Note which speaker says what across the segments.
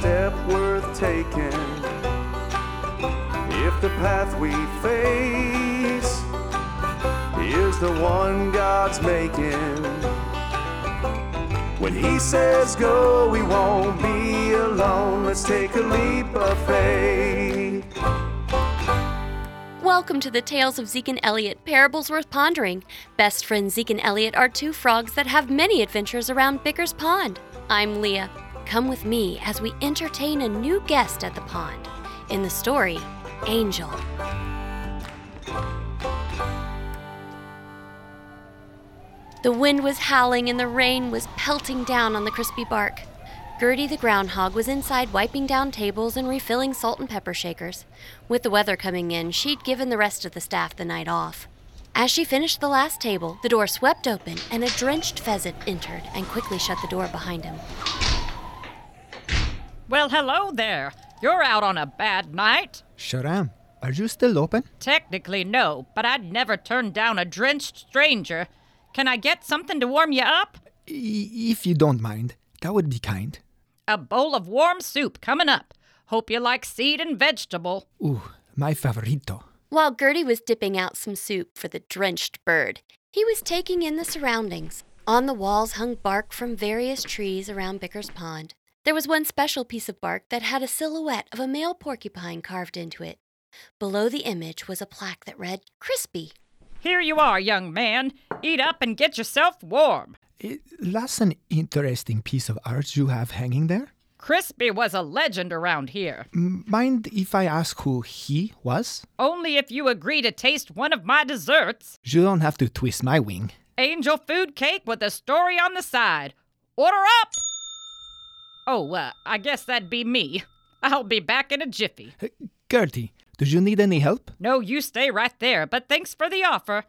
Speaker 1: worth taking. If the path we face is the one God's making, when He says go, we won't be alone. Let's take a leap of faith.
Speaker 2: Welcome to the Tales of Zeke and Elliot, Parables Worth Pondering. Best friends Zeke and Elliot are two frogs that have many adventures around Bicker's Pond. I'm Leah. Come with me as we entertain a new guest at the pond. In the story, Angel. The wind was howling and the rain was pelting down on the crispy bark. Gertie the groundhog was inside wiping down tables and refilling salt and pepper shakers. With the weather coming in, she'd given the rest of the staff the night off. As she finished the last table, the door swept open and a drenched pheasant entered and quickly shut the door behind him.
Speaker 3: Well, hello there. You're out on a bad night?
Speaker 4: Sharam, are you still open?
Speaker 3: Technically, no, but I'd never turn down a drenched stranger. Can I get something to warm you up?
Speaker 4: I- if you don't mind, that would be kind.
Speaker 3: A bowl of warm soup coming up. Hope you like seed and vegetable.
Speaker 4: Ooh, my favorito.
Speaker 2: While Gertie was dipping out some soup for the drenched bird, he was taking in the surroundings. On the walls hung bark from various trees around Bicker's Pond. There was one special piece of bark that had a silhouette of a male porcupine carved into it. Below the image was a plaque that read, Crispy.
Speaker 3: Here you are, young man. Eat up and get yourself warm.
Speaker 4: Eh, That's an interesting piece of art you have hanging there.
Speaker 3: Crispy was a legend around here.
Speaker 4: M- Mind if I ask who he was?
Speaker 3: Only if you agree to taste one of my desserts
Speaker 4: You don't have to twist my wing.
Speaker 3: angel food cake with a story on the side. Order up! Oh, uh, I guess that'd be me. I'll be back in a jiffy.
Speaker 4: Eh, Gertie, do you need any help?
Speaker 3: No, you stay right there, but thanks for the offer.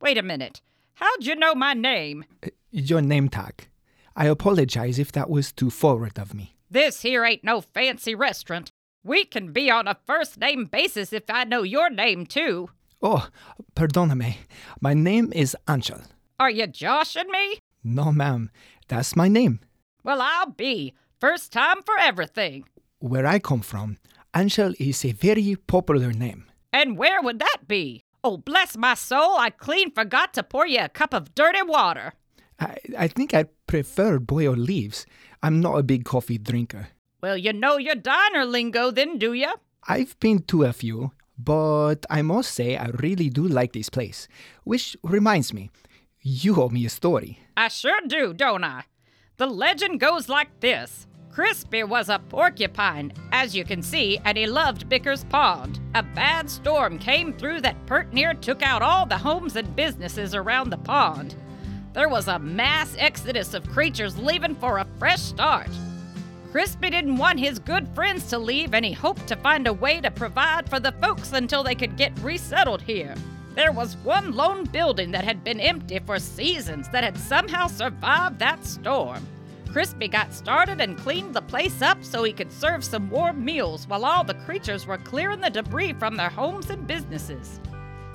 Speaker 3: Wait a minute. How'd you know my name?
Speaker 4: Your name tag. I apologize if that was too forward of me.
Speaker 3: This here ain't no fancy restaurant. We can be on a first name basis if I know your name, too.
Speaker 4: Oh, perdoname. My name is Anshul.
Speaker 3: Are you joshing me?
Speaker 4: No, ma'am. That's my name.
Speaker 3: Well, I'll be. First time for everything.
Speaker 4: Where I come from, Anshel is a very popular name.
Speaker 3: And where would that be? Oh, bless my soul, I clean forgot to pour you a cup of dirty water.
Speaker 4: I, I think I prefer boiled leaves. I'm not a big coffee drinker.
Speaker 3: Well, you know your diner lingo then, do ya?
Speaker 4: I've been to a few, but I must say I really do like this place. Which reminds me, you owe me a story.
Speaker 3: I sure do, don't I? The legend goes like this Crispy was a porcupine, as you can see, and he loved Bicker's Pond. A bad storm came through that pert near took out all the homes and businesses around the pond. There was a mass exodus of creatures leaving for a fresh start. Crispy didn't want his good friends to leave, and he hoped to find a way to provide for the folks until they could get resettled here. There was one lone building that had been empty for seasons that had somehow survived that storm. Crispy got started and cleaned the place up so he could serve some warm meals while all the creatures were clearing the debris from their homes and businesses.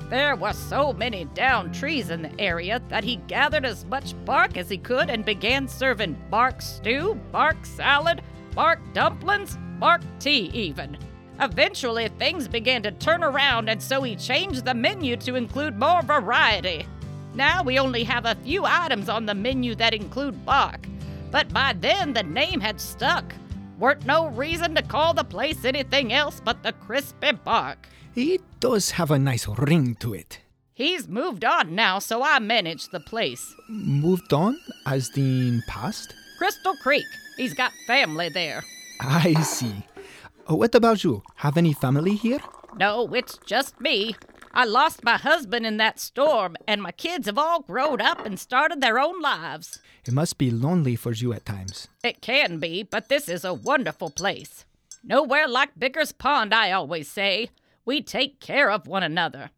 Speaker 3: There were so many downed trees in the area that he gathered as much bark as he could and began serving bark stew, bark salad, bark dumplings, bark tea, even. Eventually, things began to turn around, and so he changed the menu to include more variety. Now we only have a few items on the menu that include bark, but by then the name had stuck. Weren't no reason to call the place anything else but the Crispy Bark.
Speaker 4: It does have a nice ring to it.
Speaker 3: He's moved on now, so I manage the place.
Speaker 4: Moved on, as in past?
Speaker 3: Crystal Creek. He's got family there.
Speaker 4: I see. What about you? Have any family here?
Speaker 3: No, it's just me. I lost my husband in that storm, and my kids have all grown up and started their own lives.
Speaker 4: It must be lonely for you at times.
Speaker 3: It can be, but this is a wonderful place. Nowhere like Bicker's Pond, I always say. We take care of one another.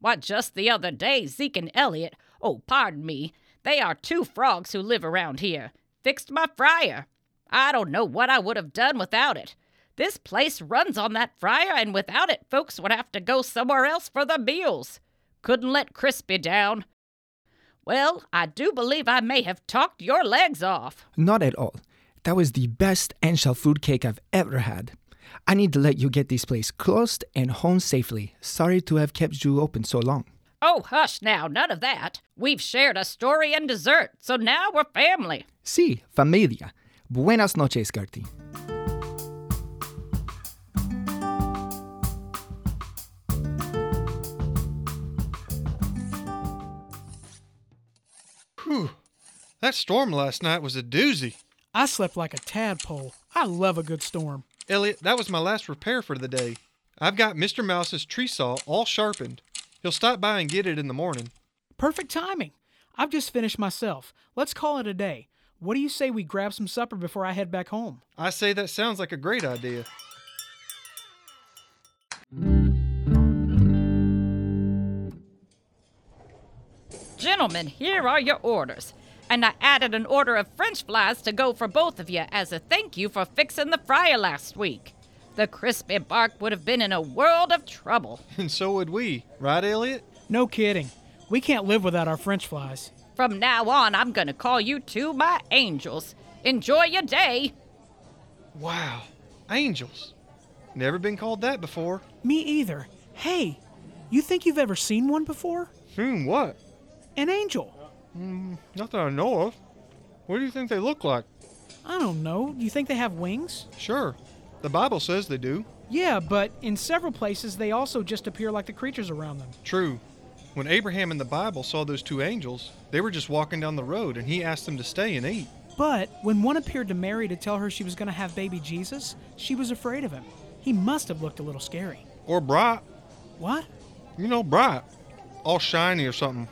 Speaker 3: Why, just the other day, Zeke and Elliot, oh, pardon me, they are two frogs who live around here, fixed my fryer. I don't know what I would have done without it. This place runs on that fryer, and without it, folks would have to go somewhere else for the meals. Couldn't let Crispy down. Well, I do believe I may have talked your legs off.
Speaker 4: Not at all. That was the best Anshel food cake I've ever had. I need to let you get this place closed and home safely. Sorry to have kept you open so long.
Speaker 3: Oh, hush now, none of that. We've shared a story and dessert, so now we're family.
Speaker 4: Sí, familia. Buenas noches, Gertie.
Speaker 5: That storm last night was a doozy.
Speaker 6: I slept like a tadpole. I love a good storm.
Speaker 5: Elliot, that was my last repair for the day. I've got Mr. Mouse's tree saw all sharpened. He'll stop by and get it in the morning.
Speaker 6: Perfect timing. I've just finished myself. Let's call it a day. What do you say we grab some supper before I head back home?
Speaker 5: I say that sounds like a great idea.
Speaker 3: Gentlemen, here are your orders. And I added an order of french fries to go for both of you as a thank you for fixing the fryer last week. The crispy bark would have been in a world of trouble.
Speaker 5: And so would we, right, Elliot?
Speaker 6: No kidding. We can't live without our french flies.
Speaker 3: From now on, I'm gonna call you two my angels. Enjoy your day.
Speaker 5: Wow, angels. Never been called that before.
Speaker 6: Me either. Hey, you think you've ever seen one before?
Speaker 5: Hmm, what?
Speaker 6: An angel.
Speaker 5: Not that I know of. What do you think they look like?
Speaker 6: I don't know. You think they have wings?
Speaker 5: Sure, the Bible says they do.
Speaker 6: Yeah, but in several places they also just appear like the creatures around them.
Speaker 5: True. When Abraham in the Bible saw those two angels, they were just walking down the road and he asked them to stay and eat.
Speaker 6: But when one appeared to Mary to tell her she was going to have baby Jesus, she was afraid of him. He must have looked a little scary.
Speaker 5: Or bright.
Speaker 6: What?
Speaker 5: you know, bright, all shiny or something.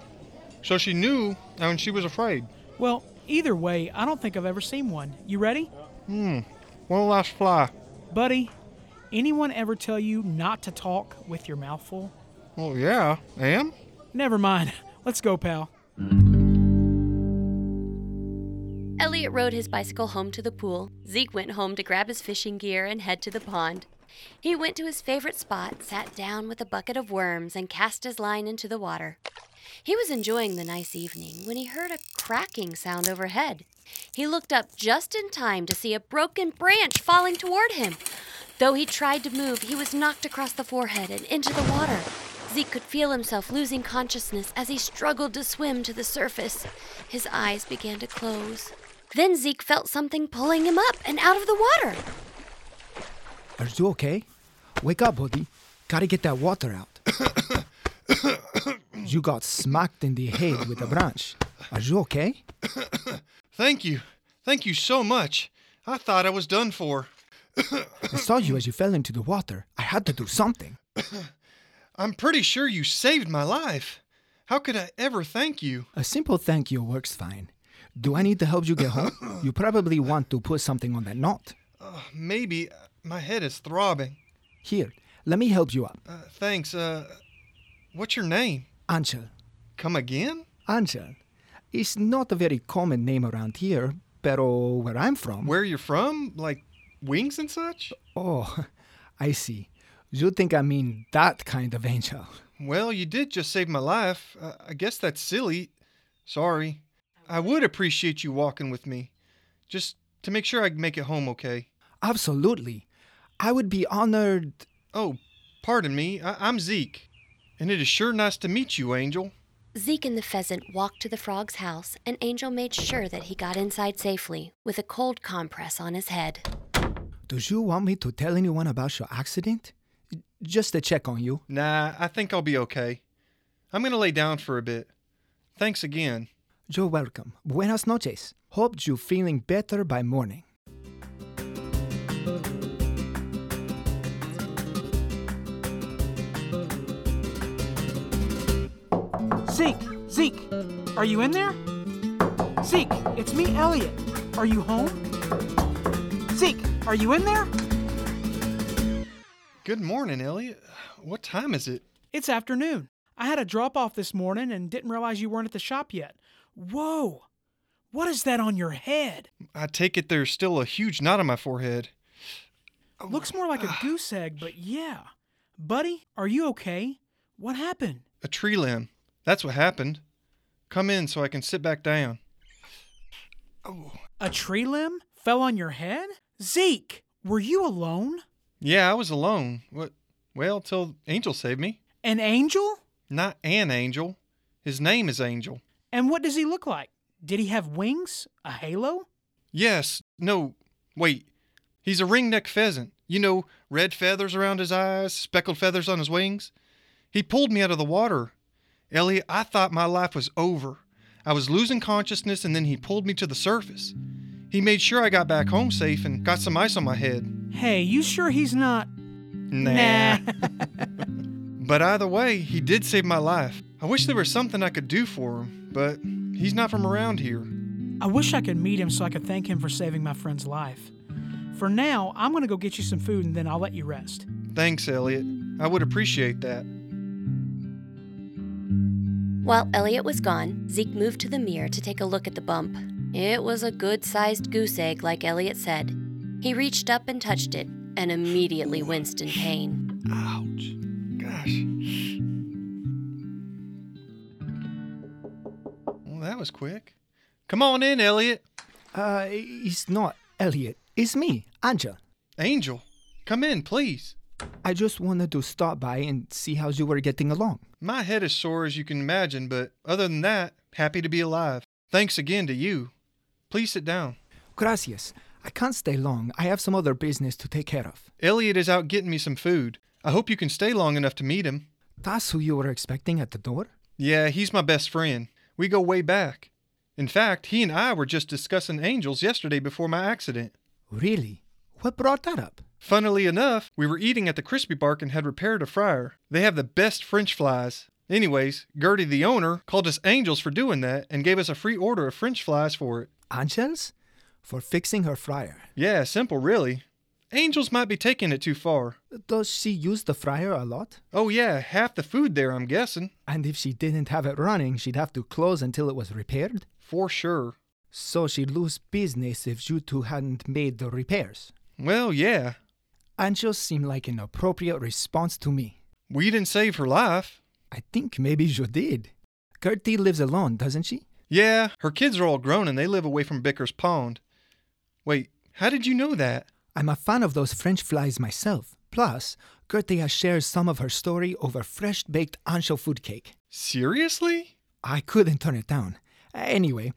Speaker 5: So she knew, and she was afraid.
Speaker 6: Well, either way, I don't think I've ever seen one. You ready?
Speaker 5: One last fly.
Speaker 6: Buddy, anyone ever tell you not to talk with your mouth full?
Speaker 5: Oh yeah, am.
Speaker 6: Never mind. Let's go, pal.
Speaker 2: Elliot rode his bicycle home to the pool. Zeke went home to grab his fishing gear and head to the pond. He went to his favorite spot, sat down with a bucket of worms, and cast his line into the water. He was enjoying the nice evening when he heard a cracking sound overhead. He looked up just in time to see a broken branch falling toward him. Though he tried to move, he was knocked across the forehead and into the water. Zeke could feel himself losing consciousness as he struggled to swim to the surface. His eyes began to close. Then Zeke felt something pulling him up and out of the water.
Speaker 4: Are you okay? Wake up, buddy. Gotta get that water out. you got smacked in the head with a branch. Are you okay?
Speaker 5: Thank you, thank you so much. I thought I was done for.
Speaker 4: I saw you as you fell into the water. I had to do something.
Speaker 5: I'm pretty sure you saved my life. How could I ever thank you?
Speaker 4: A simple thank you works fine. Do I need to help you get home? You probably want to put something on that knot.
Speaker 5: Maybe uh, my head is throbbing.
Speaker 4: Here, let me help you up.
Speaker 5: Uh, thanks. Uh, what's your name?
Speaker 4: Anshel.
Speaker 5: Come again?
Speaker 4: Anshel. It's not a very common name around here, pero where I'm from.
Speaker 5: Where you're from? Like wings and such?
Speaker 4: Oh, I see. You think I mean that kind of angel.
Speaker 5: Well, you did just save my life. Uh, I guess that's silly. Sorry. I would appreciate you walking with me, just to make sure I make it home okay.
Speaker 4: Absolutely. I would be honored.
Speaker 5: Oh, pardon me. I- I'm Zeke, and it is sure nice to meet you, Angel.
Speaker 2: Zeke and the pheasant walked to the frog's house, and Angel made sure that he got inside safely with a cold compress on his head.
Speaker 4: Do you want me to tell anyone about your accident? Just to check on you.
Speaker 5: Nah, I think I'll be okay. I'm gonna lay down for a bit. Thanks again.
Speaker 4: You're welcome. Buenas noches. Hope you're feeling better by morning.
Speaker 6: Zeke, Zeke, are you in there? Zeke, it's me, Elliot. Are you home? Zeke, are you in there?
Speaker 5: Good morning, Elliot. What time is it?
Speaker 6: It's afternoon. I had a drop off this morning and didn't realize you weren't at the shop yet. Whoa! What is that on your head?
Speaker 5: I take it there's still a huge knot on my forehead.
Speaker 6: Looks more like a goose egg, but yeah. Buddy, are you okay? What happened?
Speaker 5: A tree limb. That's what happened. Come in so I can sit back down.
Speaker 6: A tree limb? fell on your head? Zeke, were you alone?
Speaker 5: Yeah, I was alone. What? Well, till Angel saved me.
Speaker 6: An angel?
Speaker 5: Not an angel. His name is Angel.
Speaker 6: And what does he look like? Did he have wings? A halo?
Speaker 5: Yes. No. Wait. He's a ringneck pheasant. You know, red feathers around his eyes, speckled feathers on his wings. He pulled me out of the water. Elliot, I thought my life was over. I was losing consciousness, and then he pulled me to the surface. He made sure I got back home safe and got some ice on my head.
Speaker 6: Hey, you sure he's not? Nah.
Speaker 5: But either way, he did save my life. I wish there was something I could do for him, but he's not from around here.
Speaker 6: I wish I could meet him so I could thank him for saving my friend's life. For now, I'm gonna go get you some food and then I'll let you rest.
Speaker 5: Thanks, Elliot. I would appreciate that.
Speaker 2: While Elliot was gone, Zeke moved to the mirror to take a look at the bump. It was a good sized goose egg, like Elliot said. He reached up and touched it, and immediately winced in pain.
Speaker 5: Ouch. Gosh. Well, that was quick. Come on in, Elliot.
Speaker 4: Uh, it's not Elliot. It's me, Angel.
Speaker 5: Angel, come in, please.
Speaker 4: I just wanted to stop by and see how you were getting along.
Speaker 5: My head is sore as you can imagine, but other than that, happy to be alive. Thanks again to you. Please sit down.
Speaker 4: Gracias. I can't stay long. I have some other business to take care of.
Speaker 5: Elliot is out getting me some food. I hope you can stay long enough to meet him.
Speaker 4: That's who you were expecting at the door?
Speaker 5: Yeah, he's my best friend. We go way back. In fact, he and I were just discussing angels yesterday before my accident.
Speaker 4: Really? What brought that up?
Speaker 5: Funnily enough, we were eating at the Crispy Bark and had repaired a fryer. They have the best french flies. Anyways, Gertie, the owner, called us angels for doing that and gave us a free order of french flies for it.
Speaker 4: Angels? For fixing her fryer.
Speaker 5: Yeah, simple, really. Angels might be taking it too far.
Speaker 4: Does she use the fryer a lot?
Speaker 5: Oh, yeah, half the food there, I'm guessing.
Speaker 4: And if she didn't have it running, she'd have to close until it was repaired?
Speaker 5: For sure.
Speaker 4: So she'd lose business if you two hadn't made the repairs.
Speaker 5: Well, yeah.
Speaker 4: Angels seem like an appropriate response to me.
Speaker 5: We didn't save her life.
Speaker 4: I think maybe you did. Gertie lives alone, doesn't she?
Speaker 5: Yeah, her kids are all grown and they live away from Bicker's Pond. Wait, how did you know that?
Speaker 4: I'm a fan of those French flies myself. Plus, Gertie has shared some of her story over fresh baked ancho food cake.
Speaker 5: Seriously?
Speaker 4: I couldn't turn it down. Anyway,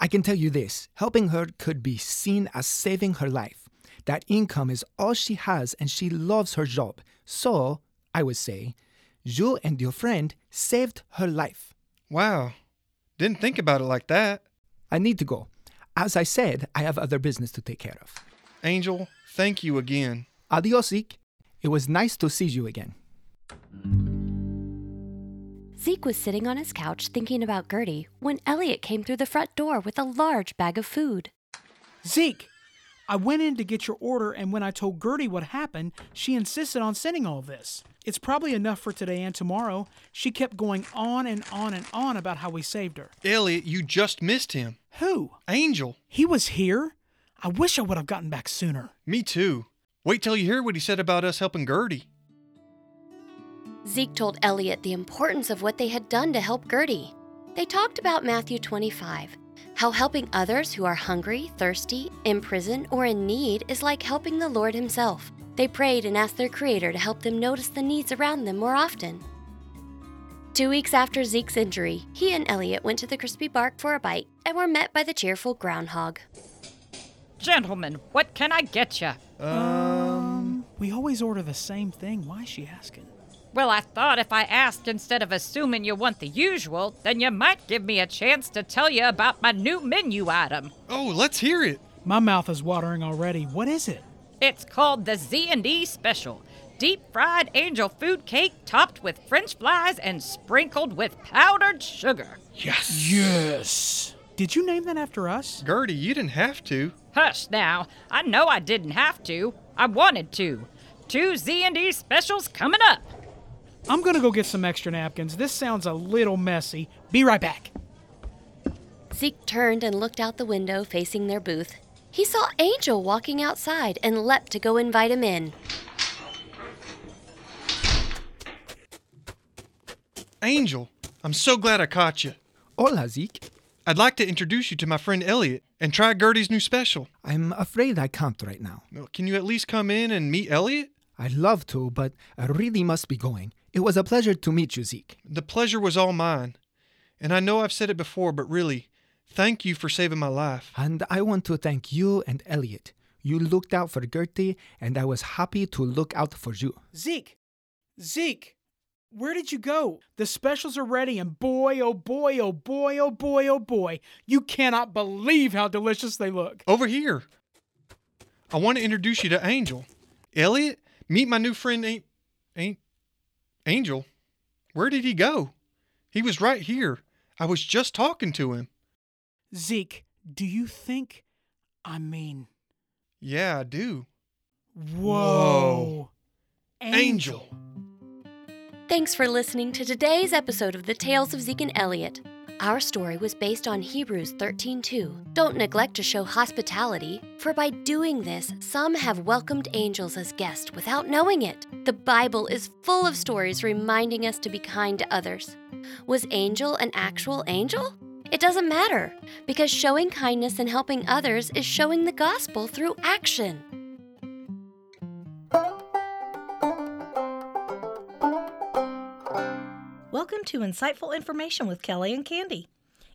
Speaker 4: I can tell you this helping her could be seen as saving her life. That income is all she has and she loves her job. So, I would say, you and your friend saved her life.
Speaker 5: Wow. Didn't think about it like that.
Speaker 4: I need to go. As I said, I have other business to take care of.
Speaker 5: Angel, thank you again.
Speaker 4: Adios, Zeke. It was nice to see you again.
Speaker 2: Zeke was sitting on his couch thinking about Gertie when Elliot came through the front door with a large bag of food.
Speaker 6: Zeke, I went in to get your order, and when I told Gertie what happened, she insisted on sending all this. It's probably enough for today and tomorrow. She kept going on and on and on about how we saved her.
Speaker 5: Elliot, you just missed him.
Speaker 6: Who?
Speaker 5: Angel,
Speaker 6: He was here? I wish I would have gotten back sooner.
Speaker 5: me too. Wait till you hear what he said about us helping Gertie.
Speaker 2: Zeke told Elliot the importance of what they had done to help Gertie. They talked about Matthew 25, how helping others who are hungry, thirsty, in prison, or in need is like helping the Lord Himself. They prayed and asked their Creator to help them notice the needs around them more often. Two weeks after Zeke's injury, he and Elliot went to the Crispy Bark for a bite and were met by the cheerful groundhog.
Speaker 3: Gentlemen, what can I get ya?
Speaker 5: Um,
Speaker 6: We always order the same thing. Why is she asking?
Speaker 3: Well, I thought if I asked instead of assuming you want the usual, then you might give me a chance to tell you about my new menu item.
Speaker 5: oh, let's hear it.
Speaker 6: My mouth is watering already. What is it?
Speaker 3: It's called the Z&E Special. Deep fried angel food cake topped with french fries and sprinkled with powdered sugar.
Speaker 6: Yes. Did you name that after us?
Speaker 5: Gertie, you didn't have to.
Speaker 3: Hush now. I know I didn't have to. I wanted to. Two Z&E specials coming up.
Speaker 6: I'm gonna go get some extra napkins. This sounds a little messy. Be right back.
Speaker 2: Zeke turned and looked out the window facing their booth. He saw Angel walking outside and leapt to go invite him in.
Speaker 5: Angel, I'm so glad I caught you.
Speaker 4: Hola, Zeke.
Speaker 5: I'd like to introduce you to my friend Elliot and try Gertie's new special.
Speaker 4: I'm afraid I can't right now.
Speaker 5: Well, Can you at least come in and meet Elliot?
Speaker 4: I'd love to, but I really must be going. It was a pleasure to meet you, Zeke.
Speaker 5: The pleasure was all mine. And I know I've said it before, but really, thank you for saving my life.
Speaker 4: And I want to thank you and Elliot. You looked out for Gertie, and I was happy to look out for you.
Speaker 6: Zeke, Zeke, where did you go? The specials are ready, and boy, oh boy, oh boy, oh boy, oh boy, you cannot believe how delicious they look.
Speaker 5: Over here. I want to introduce you to Angel. Elliot, meet my new friend Ain't Ain't Angel. Where did he go? He was right here. I was just talking to him.
Speaker 6: Zeke, do you think? I mean,
Speaker 5: Yeah, I do.
Speaker 6: whoa.
Speaker 5: Angel.
Speaker 2: Thanks for listening to today's episode of The Tales of Zeke and Elliot. Our story was based on Hebrews 13:2. Don't neglect to show hospitality, for by doing this, some have welcomed angels as guests without knowing it. The Bible is full of stories reminding us to be kind to others. Was angel an actual angel? It doesn't matter, because showing kindness and helping others is showing the gospel through action.
Speaker 7: Welcome to Insightful Information with Kelly and Candy.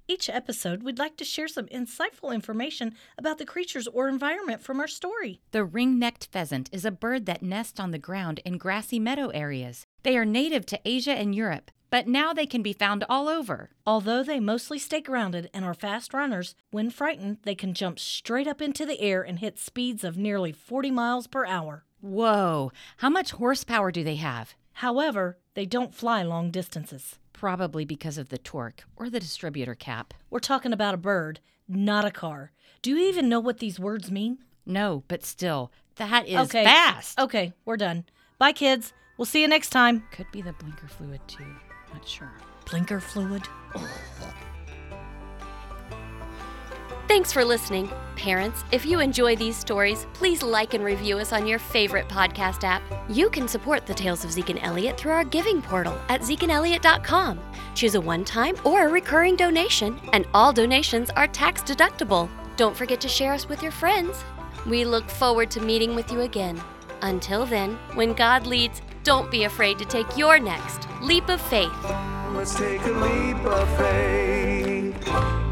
Speaker 7: Each episode, we'd like to share some insightful information about the creatures or environment from our story.
Speaker 8: The ring necked pheasant is a bird that nests on the ground in grassy meadow areas. They are native to Asia and Europe, but now they can be found all over.
Speaker 7: Although they mostly stay grounded and are fast runners, when frightened, they can jump straight up into the air and hit speeds of nearly 40 miles per hour.
Speaker 8: Whoa, how much horsepower do they have?
Speaker 7: However, they don't fly long distances.
Speaker 8: Probably because of the torque or the distributor cap.
Speaker 7: We're talking about a bird, not a car. Do you even know what these words mean?
Speaker 8: No, but still, that is fast.
Speaker 7: Okay, we're done. Bye, kids. We'll see you next time.
Speaker 8: Could be the blinker fluid too. Not sure.
Speaker 7: Blinker fluid.
Speaker 2: Thanks for listening. Parents, if you enjoy these stories, please like and review us on your favorite podcast app. You can support the Tales of Zeke and Elliot through our giving portal at zekeandelliot.com. Choose a one time or a recurring donation, and all donations are tax deductible. Don't forget to share us with your friends. We look forward to meeting with you again. Until then, when God leads, don't be afraid to take your next leap of faith.
Speaker 1: Let's take a leap of faith.